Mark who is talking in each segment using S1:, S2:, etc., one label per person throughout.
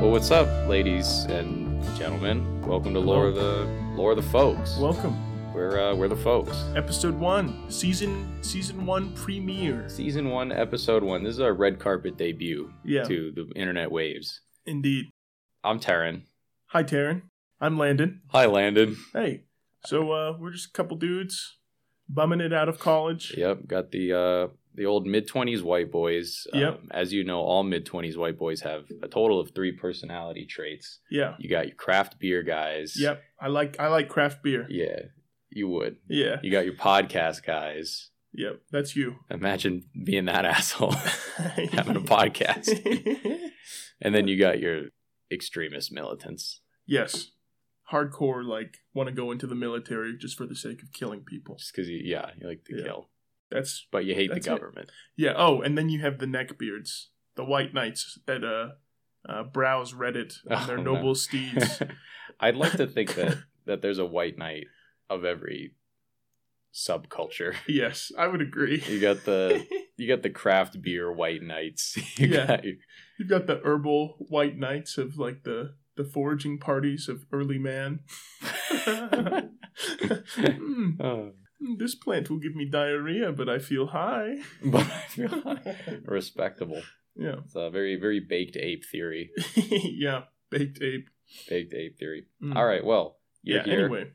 S1: Well, what's up, ladies and gentlemen? Welcome to Lore of the Lore of the Folks.
S2: Welcome,
S1: we're uh, we're the folks.
S2: episode one, season season one premiere.
S1: Season one, episode one. This is our red carpet debut
S2: Yeah,
S1: to the internet waves.
S2: indeed.
S1: I'm Taryn.
S2: Hi, Taryn. I'm Landon.
S1: Hi, Landon.
S2: Hey. So uh, we're just a couple dudes bumming it out of college.
S1: Yep, got the uh, the old mid twenties white boys. Um,
S2: Yep.
S1: As you know, all mid twenties white boys have a total of three personality traits.
S2: Yeah.
S1: You got your craft beer guys.
S2: Yep. I like I like craft beer.
S1: Yeah, you would.
S2: Yeah.
S1: You got your podcast guys.
S2: Yep. That's you.
S1: Imagine being that asshole having a podcast. And then you got your extremist militants.
S2: yes. Hardcore, like want to go into the military just for the sake of killing people.
S1: Just because, you, yeah, you like to
S2: Yeah.
S1: kill,
S2: That's
S1: but you hate
S2: That's it.
S1: the government.
S2: Yeah. Oh, and then you have the neckbeards, the white knights that uh, uh browse Reddit on their
S1: Oh, no.
S2: noble steeds.
S1: I'd like to think that, that there's a white knight of every subculture.
S2: yes, I would agree.
S1: You got the you got the craft beer white knights. You
S2: Yeah.
S1: got your-
S2: You've got the herbal white knights of like the the foraging parties of early man. Mm,
S1: Oh.
S2: mm, this plant will give me diarrhea, but I feel high.
S1: but I feel respectable.
S2: Yeah,
S1: It's a very very baked ape theory.
S2: yeah, baked ape.
S1: Baked ape theory.
S2: Mm.
S1: All right, well, you're
S2: Yeah.
S1: here.
S2: Anyway,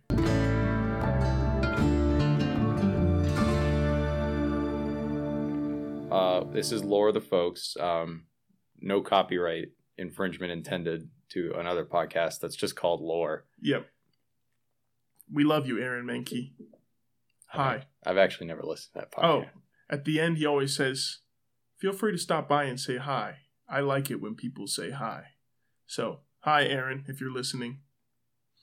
S1: Uh, this is Lore of the Folks. Um, no copyright infringement intended to another podcast that's just called Lore.
S2: yep. We love you, Aaron Mankey. Hi.
S1: I've actually never listened to that
S2: Oh,
S1: podcast.
S2: at the end, he always says, Feel free to stop by and say hi. I like it when people say hi. So, hi, Aaron, if you're listening.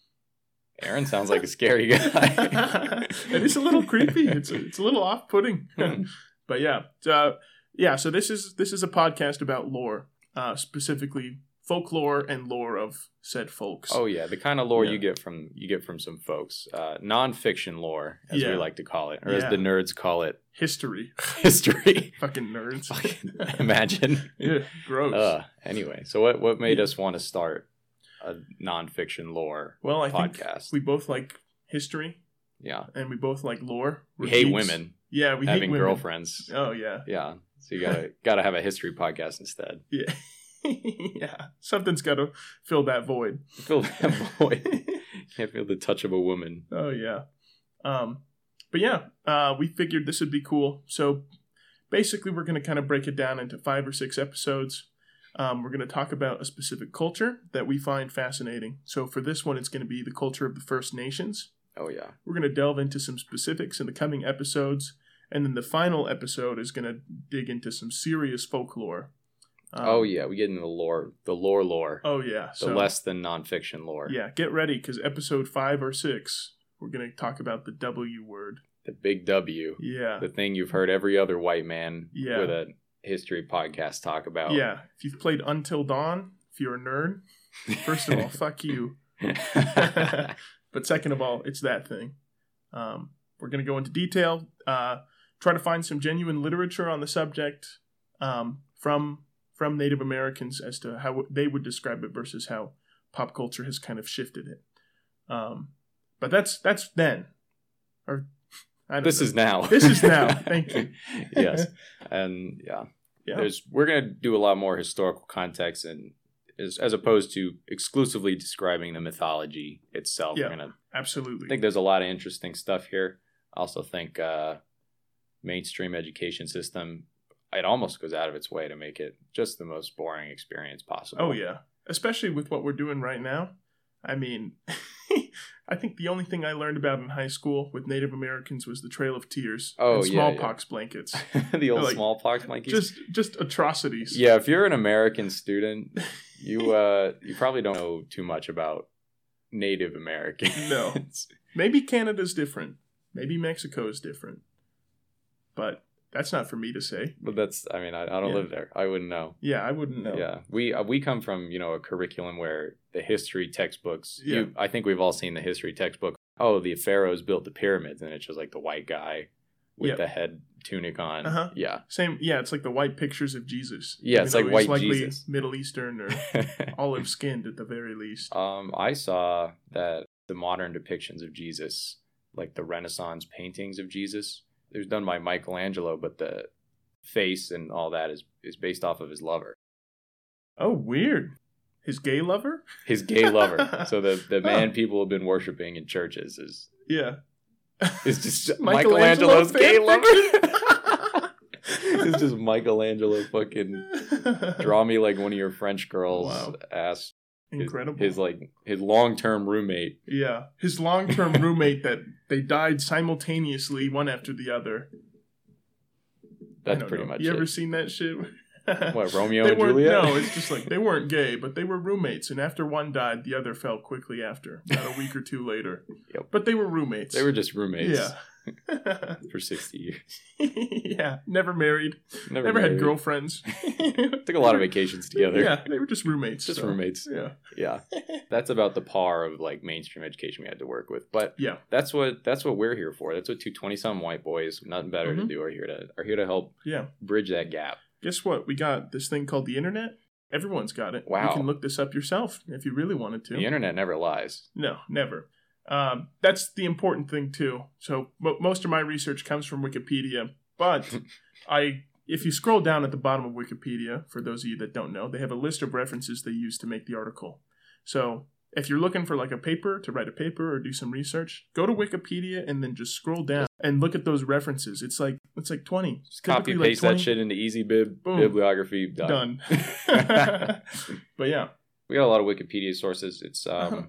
S1: Aaron sounds like a scary guy.
S2: it is a little creepy. It's a, it's a little off putting.
S1: Hmm.
S2: but yeah. Uh, yeah, so this is this is a podcast about lore, uh, specifically folklore and lore of said folks.
S1: oh yeah, the kind of lore
S2: Yeah.
S1: you get from you get from some folks, uh, nonfiction lore, as we
S2: Yeah.
S1: like to call it, or as
S2: Yeah.
S1: the nerds call it,
S2: History.
S1: history.
S2: Fucking nerds.
S1: Fucking Imagine.
S2: yeah, gross.
S1: Uh, anyway, so what what made us want to start a nonfiction lore
S2: well, I
S1: podcast?
S2: think we both like history
S1: yeah,
S2: and we both like lore.
S1: we
S2: We're
S1: hate
S2: geeks.
S1: women.
S2: Yeah, we hate
S1: having
S2: women.
S1: girlfriends.
S2: Oh yeah,
S1: Yeah. So you gotta gotta have a history podcast instead.
S2: yeah, yeah. Something's got to fill that void.
S1: Feel that void. Can't feel the touch of a woman.
S2: Oh yeah. Um, but yeah, uh, we figured this would be cool. So basically, we're going to kind of break it down into five or six episodes. Um, we're going to talk about a specific culture that we find fascinating. So for this one, it's going to be the culture of the First Nations.
S1: Oh yeah.
S2: We're going to delve into some specifics in the coming episodes, and then the final episode is going to dig into some serious folklore. Um,
S1: oh yeah. We get into the lore, the lore lore,
S2: Oh yeah.
S1: the less than nonfiction lore.
S2: Yeah, get ready because episode five or six, we're gonna talk about the W word.
S1: The big W,
S2: Yeah,
S1: the thing you've heard every other white man
S2: Yeah.
S1: with a history podcast talk about.
S2: yeah. If you've played Until Dawn, if you're a nerd, first of all, fuck you. But second of all, it's that thing. Um, we're gonna go into detail. Uh, try to find some genuine literature on the subject um, from from Native Americans as to how they would describe it versus how pop culture has kind of shifted it. Um, but that's that's then. Or I don't
S1: this
S2: know.
S1: is now.
S2: This is now. Thank you.
S1: yes. And yeah.
S2: Yeah.
S1: There's we're gonna do a lot more historical context and as, as opposed to exclusively describing the mythology itself.
S2: Yeah.
S1: We're gonna
S2: Absolutely.
S1: I think there's a lot of interesting stuff here. I also think uh, mainstream education system it almost goes out of its way to make it just the most boring experience possible.
S2: oh yeah, especially with what we're doing right now. I mean, I think the only thing I learned about in high school with Native Americans was the Trail of Tears
S1: Oh,
S2: and
S1: yeah, yeah.
S2: smallpox blankets.
S1: the old
S2: Like,
S1: smallpox monkeys.
S2: Just just atrocities.
S1: yeah, if you're an American student, you uh, you probably don't know too much about Native Americans.
S2: No. Maybe Canada's different. Maybe Mexico is different. But that's not for me to say.
S1: But that's, I mean, I, I don't
S2: Yeah.
S1: live there. I wouldn't know.
S2: Yeah, I wouldn't know.
S1: Yeah, we uh, we come from you know a curriculum where the history textbooks.
S2: Yeah.
S1: You, I think we've all seen the history textbook. Oh, the pharaohs built the pyramids, and it's just like the white guy with
S2: Yep.
S1: the head tunic on.
S2: Uh-huh.
S1: Yeah.
S2: Same, yeah. It's like the white pictures of Jesus.
S1: Yeah,
S2: Even
S1: it's like
S2: though
S1: white
S2: he's likely
S1: Jesus.
S2: Middle Eastern or olive skinned at the very least.
S1: um, I saw that the modern depictions of Jesus, like the Renaissance paintings of Jesus, it was done by Michelangelo, but the face and all that is is based off of his lover,
S2: Oh, weird. His gay lover?
S1: his gay lover. So the the
S2: Huh.
S1: man people have been worshiping in churches is
S2: Yeah.
S1: is just
S2: Michelangelo
S1: Michelangelo's gay
S2: fan
S1: lover. it's just Michelangelo fucking draw me like one of your French girls
S2: Wow.
S1: ass his-
S2: Incredible.
S1: His, like his long term roommate.
S2: yeah. His long term roommate that they died simultaneously, one after the other. I
S1: That's
S2: don't
S1: pretty
S2: know.
S1: much
S2: You
S1: it.
S2: ever seen that shit?
S1: what Romeo
S2: they
S1: and
S2: weren't,
S1: Juliet?
S2: no, it's just like they weren't gay, but they were roommates. And after one died, the other fell quickly after, about a week or two later.
S1: Yep.
S2: But they were roommates.
S1: they were just roommates
S2: Yeah.
S1: for sixty years.
S2: yeah. Never married.
S1: Never,
S2: Never had
S1: married.
S2: girlfriends.
S1: Took a lot of vacations together.
S2: Yeah, they were just roommates.
S1: Just
S2: so,
S1: roommates.
S2: Yeah.
S1: Yeah. That's about the par of like mainstream education we had to work with. But
S2: Yeah.
S1: that's what that's what we're here for. That's what two twenty some white boys, with nothing better to
S2: Mhm.
S1: do, are here to are here to help
S2: Yeah.
S1: bridge that gap.
S2: Guess what? We got this thing called the internet. Everyone's got it.
S1: Wow.
S2: You can look this up yourself if you really wanted to.
S1: The internet never lies.
S2: No, never. Um, that's the important thing too. So mo most of my research comes from Wikipedia, but I, if you scroll down at the bottom of Wikipedia, for those of you that don't know, they have a list of references they use to make the article. So if you're looking for like a paper to write a paper or do some research, go to Wikipedia and then just scroll down and look at those references. It's like it's like twenty.
S1: Just copy
S2: Typically, like,
S1: paste
S2: 20.
S1: that shit into easy bib
S2: Boom.
S1: bibliography. Done.
S2: Done. but yeah,
S1: We got a lot of Wikipedia sources. It's um,
S2: Uh-huh.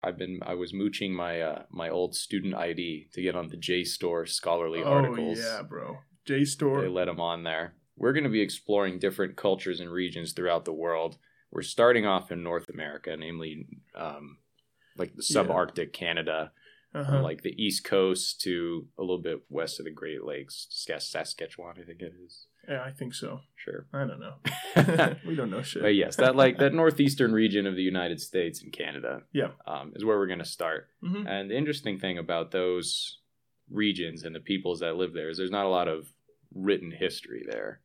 S1: I've been I was mooching my uh, my old student ID to get on the JSTOR scholarly
S2: oh
S1: articles.
S2: yeah, bro.
S1: They
S2: JSTOR.
S1: let them on there. We're going to be exploring different cultures and regions throughout the world. We're starting off in North America, namely um, like the
S2: Yeah.
S1: subarctic Canada,
S2: Uh-huh.
S1: like the East Coast to a little bit west of the Great Lakes, Sas- Saskatchewan, I think it is.
S2: yeah, I think so.
S1: Sure.
S2: I don't know. we don't know shit.
S1: But yes, that like that northeastern region of the United States and Canada,
S2: Yeah.
S1: um, is where we're going to start.
S2: Mhm.
S1: And the interesting thing about those regions and the peoples that live there is there's not a lot of written history there.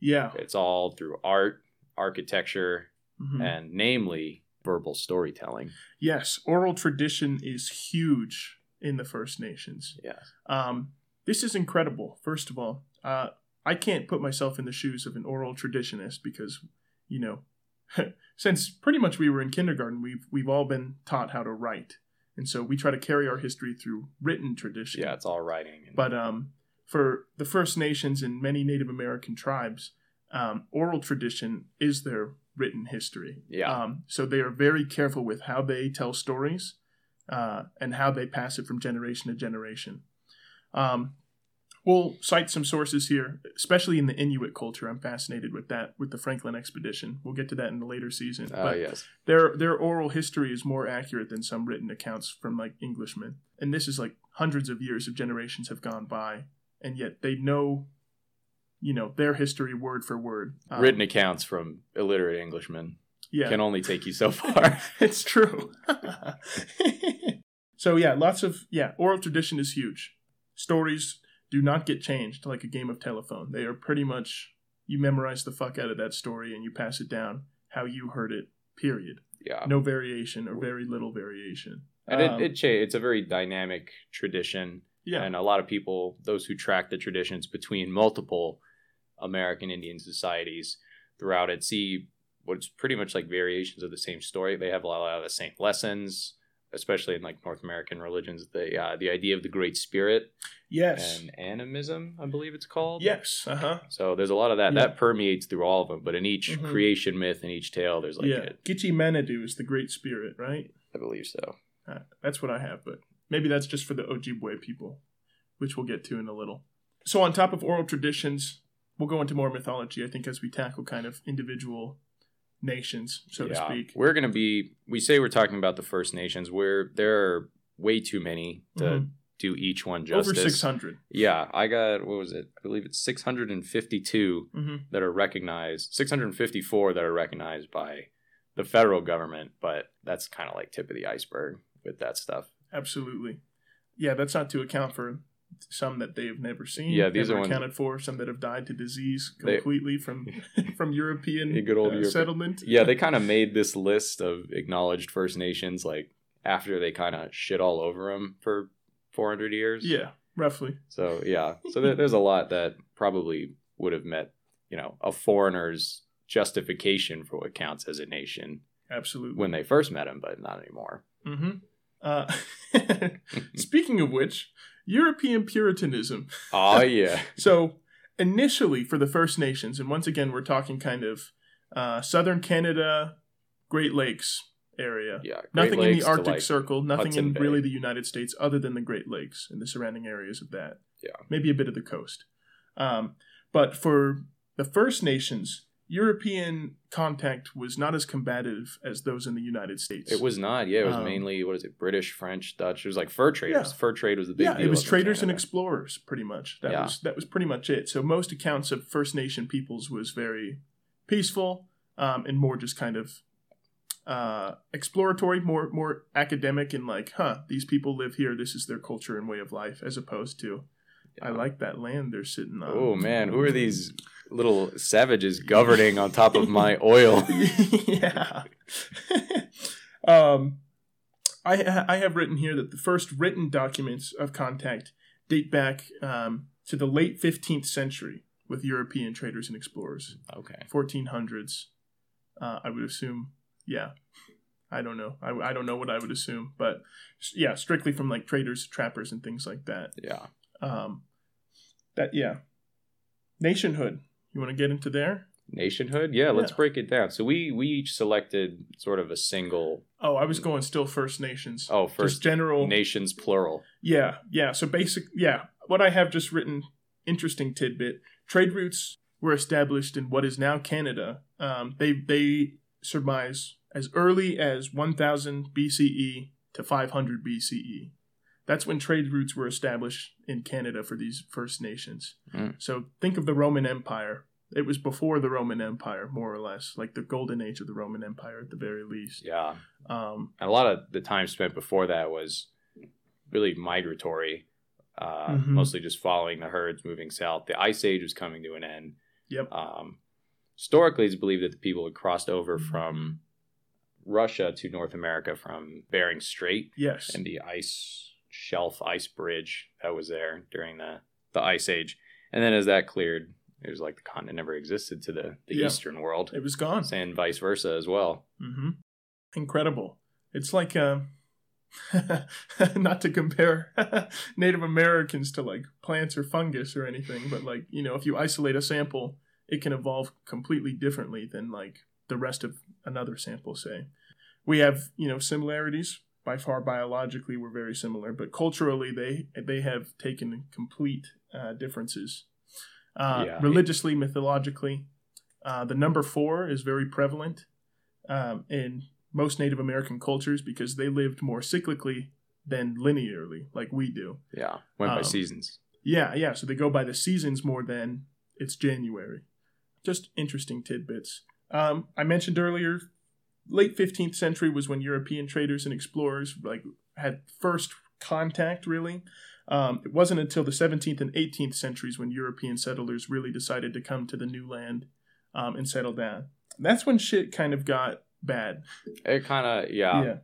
S2: Yeah.
S1: It's all through art, architecture,
S2: Mhm.
S1: and namely verbal storytelling.
S2: Yes, oral tradition is huge in the First Nations.
S1: Yeah,
S2: Um, this is incredible. First of all, uh, I can't put myself in the shoes of an oral traditionist because, you know, since pretty much we were in kindergarten, we've we've all been taught how to write, and so we try to carry our history through written tradition.
S1: yeah, it's all writing. and-
S2: But um, for the First Nations and many Native American tribes, um, oral tradition is their written history.
S1: yeah,
S2: Um, so they are very careful with how they tell stories uh, and how they pass it from generation to generation. Um, we'll cite some sources here, especially in the Inuit culture. I'm fascinated with that, with the Franklin expedition. We'll get to that in a later season.
S1: uh,
S2: but
S1: yes,
S2: their their oral history is more accurate than some written accounts from like Englishmen. And this is like hundreds of years of generations have gone by, and yet they know, you know, their history word for word. Um,
S1: written accounts from illiterate Englishmen
S2: yeah.
S1: can only take you so far.
S2: it's true. so yeah, lots of yeah, oral tradition is huge. Stories do not get changed like a game of telephone. They are pretty much you memorize the fuck out of that story and you pass it down how you heard it. Period.
S1: yeah,
S2: No variation or very little variation.
S1: and it,
S2: Um,
S1: it cha- it's a very dynamic tradition.
S2: yeah,
S1: and a lot of people those who track the traditions between multiple american indian societies throughout it see what's pretty much like variations of the same story they have a lot of the same lessons especially in like north american religions the uh, the idea of the great spirit
S2: yes,
S1: and animism i believe it's called
S2: yes, uh huh,
S1: so there's a lot of that
S2: Yeah.
S1: that permeates through all of them but in each
S2: Mhm.
S1: creation myth and each tale there's like
S2: yeah.
S1: a-
S2: Gitche Manadu is the Great Spirit, right?
S1: I believe so
S2: Uh, that's what I have, but maybe that's just for the Ojibwe people, which we'll get to in a little. So, on top of oral traditions, we'll go into more mythology, I think, as we tackle kind of individual nations, so to
S1: Yeah.
S2: speak.
S1: we're gonna be we say we're talking about the first nations where there are way too many to
S2: Mhm.
S1: do each one
S2: Over
S1: justice
S2: 600.
S1: Yeah, I got what was it? I believe it's 652
S2: hmm
S1: that are recognized, 654 that are recognized by the federal government, but that's kind of like tip of the iceberg with that stuff.
S2: Absolutely. Yeah, that's not to account for some that they've never seen,
S1: Yeah, these
S2: never
S1: are ones-
S2: accounted for, some that have died to disease
S1: They-
S2: completely from from European
S1: Yeah, good old
S2: uh,
S1: Europe.
S2: settlement.
S1: yeah, they kind of made this list of acknowledged First Nations like after they kind of shit all over them for 400 years.
S2: yeah, roughly.
S1: So yeah, so there, there's a lot that probably would have met, you know, a foreigner's justification for what counts as a nation
S2: Absolutely.
S1: when they first met him, but not anymore.
S2: hmm Uh, speaking of which, European Puritanism.
S1: Oh yeah,
S2: So, initially for the First Nations, and once again, we're talking kind of uh, southern Canada, Great Lakes area.
S1: yeah.
S2: nothing in the Arctic
S1: Arctic Circle.
S2: Circle, nothing
S1: Hudson
S2: in
S1: Bay.
S2: really the United States other than the Great Lakes and the surrounding areas of that.
S1: Yeah.
S2: Maybe a bit of the coast. Um, but for the First Nations, European contact was not as combative as those in the United States.
S1: It was not. Yeah, it was
S2: Um,
S1: mainly what is it? British, French, Dutch. It was like fur traders.
S2: Yeah.
S1: Fur trade was the big
S2: yeah,
S1: deal
S2: it was
S1: up in
S2: traders and
S1: Canada.
S2: explorers, pretty much. That
S1: Yeah.
S2: was that was pretty much it. So most accounts of First Nation peoples was very peaceful um, and more just kind of uh, exploratory, more more academic and like, huh, these people live here. This is their culture and way of life, as opposed to, I like um, that land they're sitting on.
S1: Oh man, who are these little savages governing on top of my oil?
S2: yeah. um, I ha- I have written here that the first written documents of contact date back um, to the late 15th century with European traders and explorers,
S1: Okay.
S2: 1400s. Uh, I would assume, yeah. I don't know. I, I don't know what I would assume, but s- yeah, strictly from like traders, trappers, and things like that.
S1: Yeah.
S2: Um, that yeah, nationhood. You want to get into there?
S1: Nationhood? Yeah, let's
S2: Yeah.
S1: break it down. So we we each selected sort of a single
S2: Oh, I was going still First Nations.
S1: oh first
S2: just general
S1: nations plural.
S2: yeah yeah so basic yeah what i have just written interesting tidbit trade routes were established in what is now canada um, they they surmise as early as 1000 bce E to 500 bce E. that's when trade routes were established in canada for these first nations
S1: Mm.
S2: so think of the roman empire it was before the roman empire more or less like the golden age of the roman empire at the very least
S1: Yeah.
S2: um,
S1: And a lot of the time spent before that was really migratory. Uh,
S2: Mhm.
S1: mostly just following the herds moving south. The ice age was coming to an end.
S2: yep
S1: Um, historically, it's believed that the people had crossed over from Russia to North America from Bering Strait
S2: yes
S1: and the ice shelf, ice bridge that was there during the, the Ice Age. And then as that cleared, it was like the continent never existed to the, the
S2: Yeah.
S1: Eastern world
S2: it was gone
S1: and vice versa as well.
S2: Mm-hmm. Incredible. It's like uh, not to compare Native Americans to like plants or fungus or anything, but like you know, if you isolate a sample, it can evolve completely differently than like the rest of another sample. Say, we have you know similarities by far biologically, we're very similar, but culturally they they have taken complete uh, differences. Uh,
S1: Yeah.
S2: Religiously, mythologically, uh, the number four is very prevalent um, in most Native American cultures because they lived more cyclically than linearly, like we do.
S1: Yeah. Went by
S2: Um,
S1: seasons.
S2: Yeah, yeah. So they go by the seasons more than it's January. Just interesting tidbits. Um, I mentioned earlier, late 15th century was when European traders and explorers like had first contact. Really, um, it wasn't until the 17th and 18th centuries when European settlers really decided to come to the new land um, and settle down. That's when shit kind of got bad.
S1: It kind of, yeah,
S2: Yeah.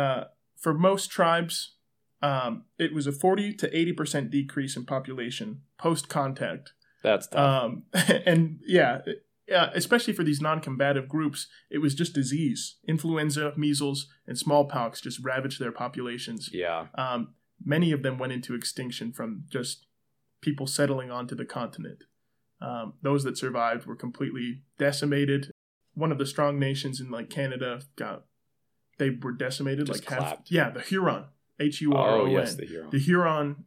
S2: Uh, for most tribes, um, it was a 40 to 80% decrease in population post contact.
S1: that's tough.
S2: Um, and yeah, it- yeah, especially for these non combative groups, it was just disease. Influenza, measles, and smallpox just ravaged their populations.
S1: yeah.
S2: Um, many of them went into extinction from just people settling onto the continent. Um, those that survived were completely decimated. One of the strong nations in like Canada got they were decimated
S1: Just
S2: like half.
S1: clapped.
S2: Yeah, the Huron, H U R O
S1: Oh,
S2: N.
S1: yes, the hero.
S2: The Huron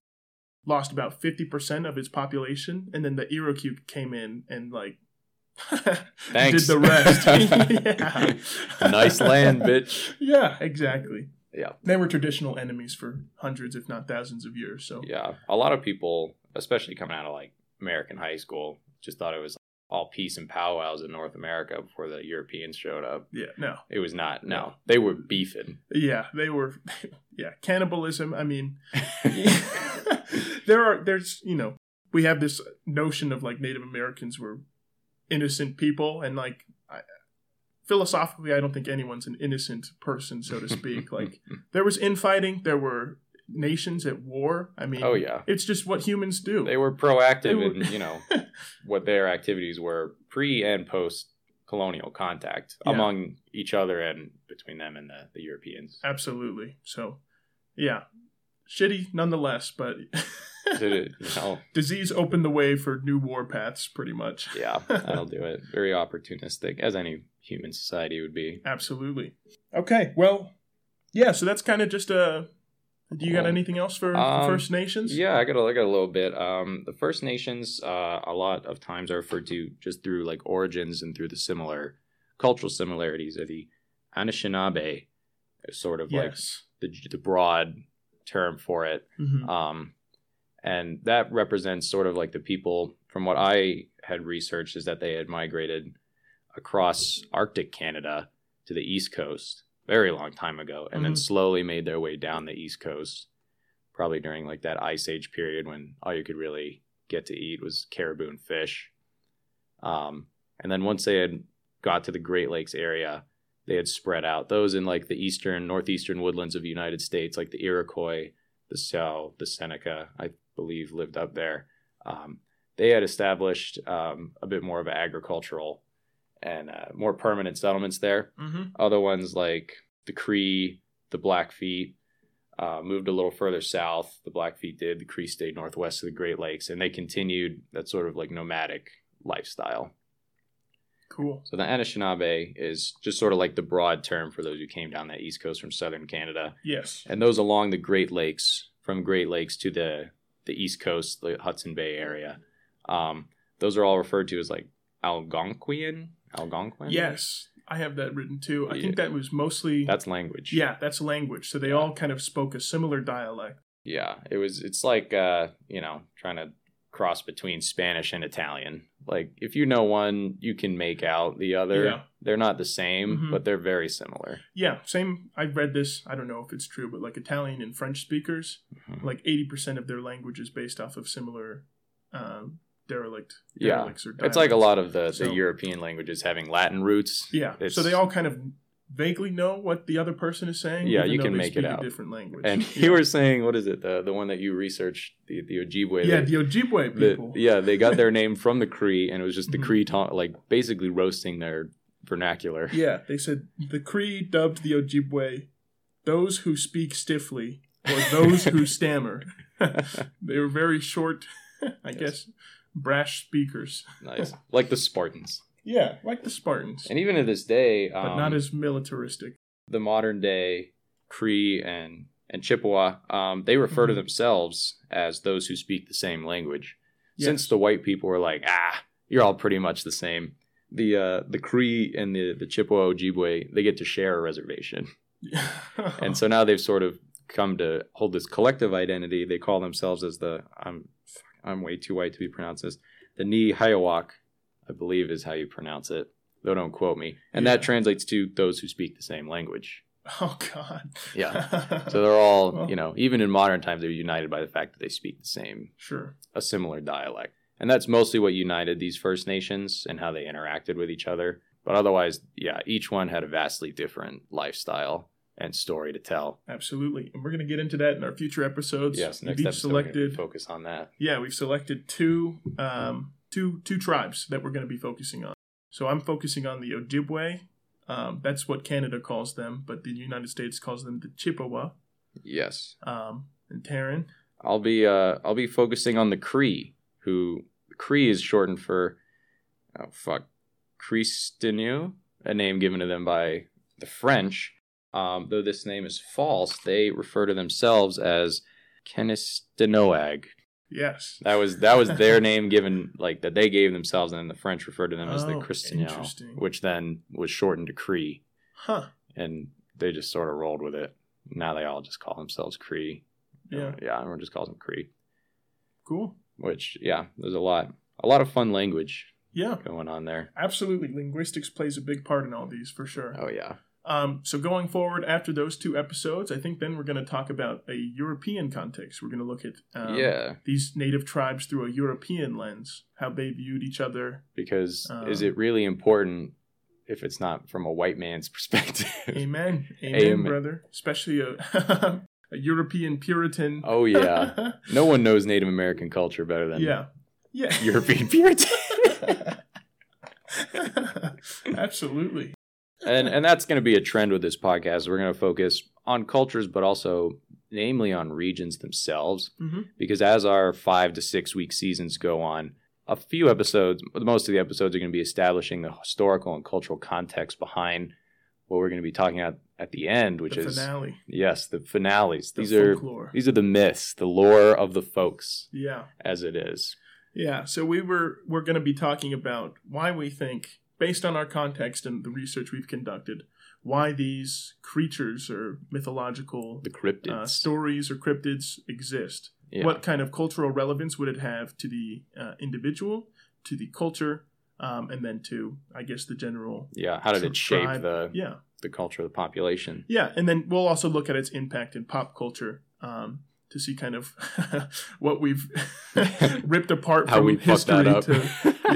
S2: lost about 50% of its population, and then the Iroquois came in and, like,
S1: Thanks.
S2: did the rest. Yeah.
S1: nice land, bitch.
S2: Yeah, exactly.
S1: Yeah.
S2: They were traditional enemies for hundreds, if not thousands of years. So,
S1: Yeah. A lot of people, especially coming out of like American high school, just thought it was all peace and powwows in North America before the Europeans showed up.
S2: yeah, no.
S1: It was not. No, they were beefing.
S2: Yeah, they were, yeah, cannibalism. I mean, there are there's you know we have this notion of like Native Americans were innocent people and like I, philosophically I don't think anyone's an innocent person so to speak like there was infighting there were nations at war I mean
S1: oh yeah,
S2: it's just what humans do
S1: they were proactive
S2: They were-
S1: in you know what their activities were pre and post colonial contact
S2: Yeah.
S1: among each other and between them and the, the Europeans.
S2: absolutely so yeah shitty nonetheless but
S1: Did it, you know,
S2: disease opened the way for new war paths pretty much
S1: yeah, that'll do it. Very opportunistic, as any human society would be.
S2: Absolutely. Okay. Well, yeah. So that's kind of just a. Do you got
S1: Cool.
S2: anything else for, for
S1: Oh. Um,
S2: First Nations?
S1: Yeah, I got a, I got a little bit. Um, the First Nations, uh, a lot of times are referred to just through like origins and through the similar cultural similarities of the Anishinaabe, is sort of like
S2: Yes.
S1: the, the broad term for it.
S2: Mhm.
S1: Um, and that represents sort of like the people, from what I had researched, is that they had migrated across Arctic Canada to the East Coast very long time ago, and then
S2: Mhm.
S1: slowly made their way down the East Coast, probably during like that Ice Age period when all you could really get to eat was caribou and fish. Um, and then once they had got to the Great Lakes area, they had spread out. Those in like the eastern, northeastern woodlands of the United States, like the Iroquois, the Sioux, the Seneca, I believe, lived up there. Um, they had established um, a bit more of an agricultural and uh, more permanent settlements there.
S2: Mhm.
S1: Other ones like the Cree, the Blackfeet, uh, moved a little further south. The Blackfeet did. The Cree stayed northwest of the Great Lakes, and they continued that sort of like nomadic lifestyle.
S2: Cool.
S1: So the Anishinaabe is just sort of like the broad term for those who came down that east coast from southern Canada
S2: Yes.
S1: and those along the Great Lakes, from Great Lakes to the the East Coast, the Hudson Bay area. Um, those are all referred to as like Algonquian. Algonquin.
S2: Yes. I have that written too. I
S1: Yeah.
S2: think that was mostly.
S1: that's language.
S2: yeah, that's language. So they all kind of spoke a similar dialect.
S1: yeah. It was. It's like uh, you know, trying to cross between Spanish and Italian. Like if you know one, you can make out the other.
S2: Yeah.
S1: They're not the same,
S2: Mhm.
S1: but they're very similar.
S2: Yeah, same. I read this. I don't know if it's true, but like Italian and French speakers,
S1: Mhm.
S2: like eighty percent of their language is based off of similar um, derelict.
S1: Yeah.
S2: derelicts or
S1: It's like a
S2: dialects.
S1: lot of the,
S2: So-
S1: the European languages having Latin roots.
S2: Yeah.
S1: It's-
S2: so they all kind of vaguely know what the other person is saying.
S1: Yeah,
S2: even
S1: you
S2: though
S1: can
S2: they
S1: make it
S2: speak a
S1: out.
S2: different language.
S1: And
S2: yeah.
S1: you were saying, what is it? The the one that you researched, the the Ojibwe.
S2: yeah,
S1: that-
S2: the Ojibwe
S1: the-
S2: people.
S1: yeah, they got their name from the Cree, and it was just the
S2: Mhm.
S1: Cree, ta- like basically roasting their vernacular.
S2: Yeah, they said the Cree dubbed the Ojibwe those who speak stiffly or those who stammer. They were very short, I
S1: Yes.
S2: guess, brash speakers.
S1: nice, like the Spartans,
S2: Yeah, like the Spartans,
S1: and even to this day, um,
S2: but not as militaristic.
S1: the modern day Cree and and Chippewa, um, they refer to
S2: Mhm.
S1: themselves as those who speak the same language. Since
S2: Yes.
S1: the white people were like, ah, you're all pretty much the same. The uh, the Cree and the the Chippewa Ojibwe, they get to share a reservation.
S2: Oh.
S1: and so now they've sort of come to hold this collective identity. They call themselves as the I'm fuck, I'm way too white to be pronounced this. The Ni Hiawak, I believe, is how you pronounce it. Though don't quote me. And
S2: Yeah.
S1: that translates to those who speak the same language.
S2: oh God,
S1: Yeah. So they're all
S2: Well-
S1: you know, even in modern times, they're united by the fact that they speak the same
S2: sure,
S1: a similar dialect. And that's mostly what united these First Nations and how they interacted with each other. But otherwise, yeah, each one had a vastly different lifestyle and story to tell.
S2: absolutely. And we're gonna get into that in our future episodes.
S1: yes,
S2: We've
S1: next
S2: each
S1: episode selected.
S2: selected
S1: focus on that.
S2: yeah, we've selected two um, two two tribes that we're going to be focusing on. So I'm focusing on the Ojibwe. Um, that's what Canada calls them, but the United States calls them the Chippewa
S1: Yes,
S2: um, and Terran.
S1: I'll be uh, I'll be focusing on the Cree, who Cree is shortened for oh fuck, Cristinu, a name given to them by the French. Um, though this name is false, they refer to themselves as Kenistinoag.
S2: Yes,
S1: That was that was their name given like that they gave themselves, and then the French referred to them as the
S2: Oh,
S1: Cristinu,
S2: interesting.
S1: which then was shortened to Cree,
S2: huh?
S1: and they just sort of rolled with it. Now they all just call themselves Cree.
S2: Yeah,
S1: yeah, everyone just calls them Cree.
S2: cool.
S1: Which, yeah, there's a lot, a lot of fun language
S2: Yeah,
S1: going on there.
S2: absolutely. Linguistics plays a big part in all these for sure.
S1: Oh yeah,
S2: Um, so going forward after those two episodes, I think then we're going to talk about a European context. We're going to look at um,
S1: yeah,
S2: these native tribes through a European lens, how they viewed each other.
S1: because is
S2: um,
S1: it really important if it's not from a white man's perspective?
S2: Amen, amen,
S1: Amen.
S2: brother. Especially a, a European Puritan.
S1: oh yeah, no one knows Native American culture better than
S2: yeah, yeah.
S1: European Puritan.
S2: Absolutely.
S1: and and that's going to be a trend with this podcast. We're going to focus on cultures, but also namely on regions themselves,
S2: Mhm.
S1: because as our five to six week seasons go on, a few episodes, most of the episodes are going to be establishing the historical and cultural context behind what we're going to be talking about at the end, which
S2: the
S1: is
S2: finale.
S1: yes, the finales.
S2: The
S1: these are
S2: folklore.
S1: these are the myths, the lore of the folks,
S2: yeah.
S1: as it is.
S2: Yeah, so we were we're going to be talking about why we think, based on our context and the research we've conducted, why these creatures or mythological
S1: The
S2: uh,
S1: cryptids.
S2: stories or cryptids exist.
S1: Yeah.
S2: What kind of cultural relevance would it have to the uh, individual, to the culture, um, and then to, I guess, the general?
S1: yeah. How did it shape
S2: tribe?
S1: the
S2: Yeah,
S1: the culture of the population?
S2: yeah, and then we'll also look at its impact in pop culture. Um, to see kind of what we've ripped apart
S1: How
S2: from
S1: we fucked
S2: history
S1: that up.
S2: to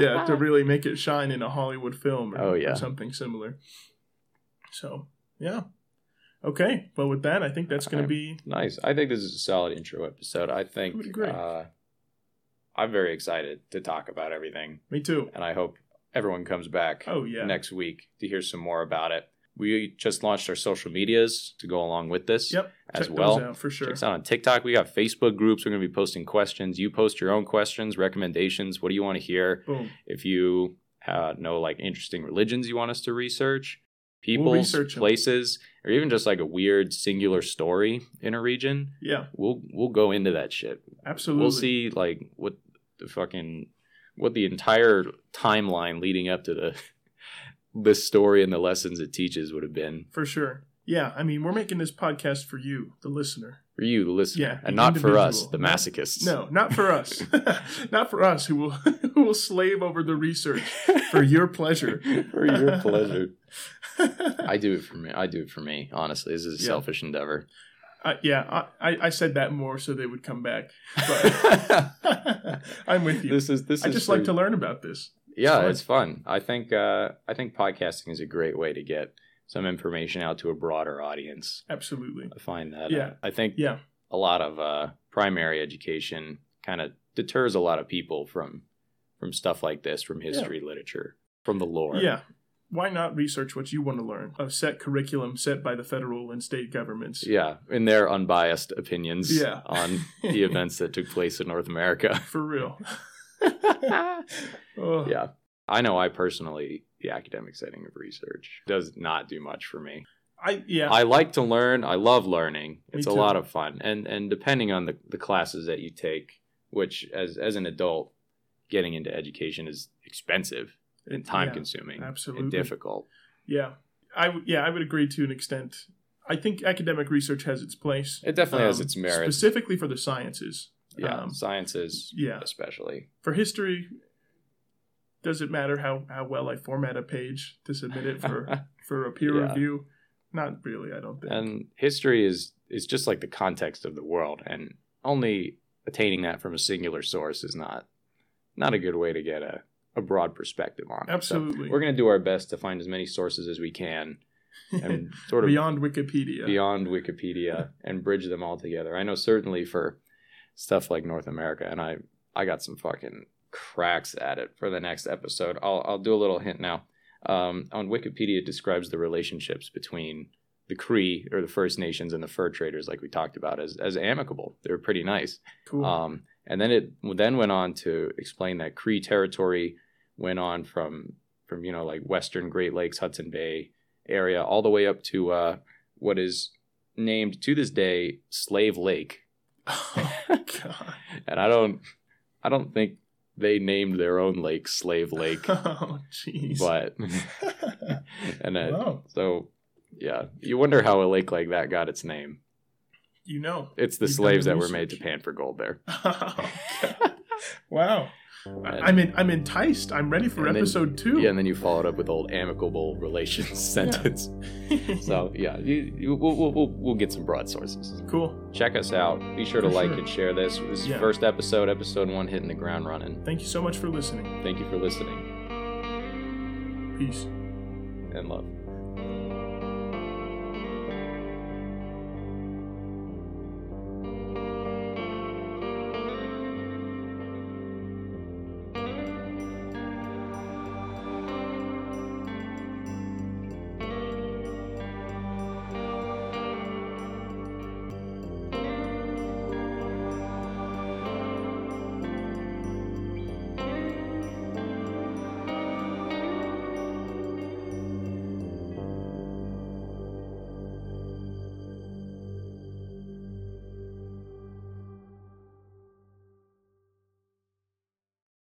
S2: yeah, to really make it shine in a Hollywood film or,
S1: Oh, yeah.
S2: or something similar. So, yeah. Okay. Well, with that, I think that's going
S1: I'm-
S2: to be.
S1: Nice. I think this is a solid intro episode. I
S2: I would
S1: think
S2: agree.
S1: uh, I'm very excited to talk about everything,
S2: Me too.
S1: and I hope everyone comes back
S2: Oh, yeah.
S1: next week to hear some more about it. We just launched our social medias to go along with this
S2: Yep.
S1: as
S2: Check
S1: well.
S2: those out for sure.
S1: Check us out on TikTok. We got Facebook groups. We're going to be posting questions. You post your own questions, recommendations. What do you want to hear?
S2: Boom.
S1: If you uh, know like interesting religions you want us to research, people,
S2: research 'em.
S1: places, or even just like a weird singular story in a region,
S2: Yeah.
S1: we'll we'll go into that shit.
S2: Absolutely.
S1: We'll see like what the fucking what the entire timeline leading up to the this story and the lessons it teaches would have been
S2: For sure. Yeah. I mean, we're making this podcast for you, the listener.
S1: for you, the listener,
S2: Yeah,
S1: and
S2: the
S1: not for us,
S2: individual.
S1: the masochists.
S2: No, not for us. not for us who will who will slave over the research for your pleasure. Uh,
S1: for your pleasure. I do it for me. I do it for me. Honestly, this is a
S2: Yeah.
S1: selfish endeavor.
S2: Uh, yeah, I, I, I said that more so they would come back. But I'm with you.
S1: This is this
S2: I
S1: is
S2: just
S1: for-
S2: like to learn about this.
S1: Yeah,
S2: fun.
S1: it's fun. I think uh, I think podcasting is a great way to get some information out to a broader audience.
S2: Absolutely.
S1: I find that. uh,
S2: Yeah.
S1: I think
S2: Yeah.
S1: a lot of uh, primary education kind of deters a lot of people from from stuff like this, from history, literature, from the lore.
S2: Yeah. Why not research what you want to learn? A set curriculum set by the federal and state governments.
S1: Yeah, in their unbiased opinions
S2: Yeah.
S1: on the events that took place in North America.
S2: For real.
S1: yeah.
S2: Oh,
S1: I know I personally the academic setting of research does not do much for me.
S2: I yeah.
S1: I like to learn. I love learning.
S2: Me
S1: It's a
S2: too.
S1: lot of fun. And and depending on the, the classes that you take, which as as an adult, getting into education is expensive and time
S2: yeah,
S1: consuming
S2: absolutely.
S1: and difficult.
S2: Yeah. I w- yeah, I would agree to an extent. I think academic research has its place.
S1: It definitely has
S2: um,
S1: its merits.
S2: Specifically for the sciences.
S1: yeah,
S2: um,
S1: sciences
S2: Yeah.
S1: especially.
S2: for history does it matter how, how well i format a page to submit it for for a peer
S1: Yeah.
S2: review not really i don't think
S1: and history is is just like the context of the world, and only attaining that from a singular source is not not a good way to get a a broad perspective on it. So
S2: Absolutely.
S1: we're going to do our best to find as many sources as we can and sort of
S2: beyond wikipedia
S1: beyond Wikipedia and bridge them all together. I know certainly for stuff like North America, and I I got some fucking cracks at it for the next episode. I'll I'll do a little hint now. Um, on Wikipedia, it describes the relationships between the Cree or the First Nations and the fur traders, like we talked about, as as amicable. They were pretty nice.
S2: cool
S1: Um, and then it then went on to explain that Cree territory went on from from you know like Western Great Lakes, Hudson Bay area, all the way up to uh, what is named to this day Slave Lake.
S2: oh, god
S1: And I don't I don't think they named their own lake Slave Lake,
S2: oh jeez
S1: but and uh,
S2: wow
S1: so yeah, you wonder how a lake like that got its name.
S2: you know
S1: It's the
S2: You've done
S1: slaves
S2: your
S1: that were made to
S2: research.
S1: pan for gold there.
S2: oh, God. wow I- I'm in, I'm enticed. I'm ready for
S1: And then-
S2: episode two.
S1: Yeah, and then you followed up with old amicable relations sentence. So yeah, you, you, we'll, we'll, we'll, we'll get some broad sources.
S2: cool.
S1: Check us out. Be sure to
S2: For
S1: like
S2: sure.
S1: and share this. This is the
S2: Yeah.
S1: first episode, episode one, hitting the ground running.
S2: Thank you so much for listening.
S1: Thank you for listening
S2: Peace.
S1: and love.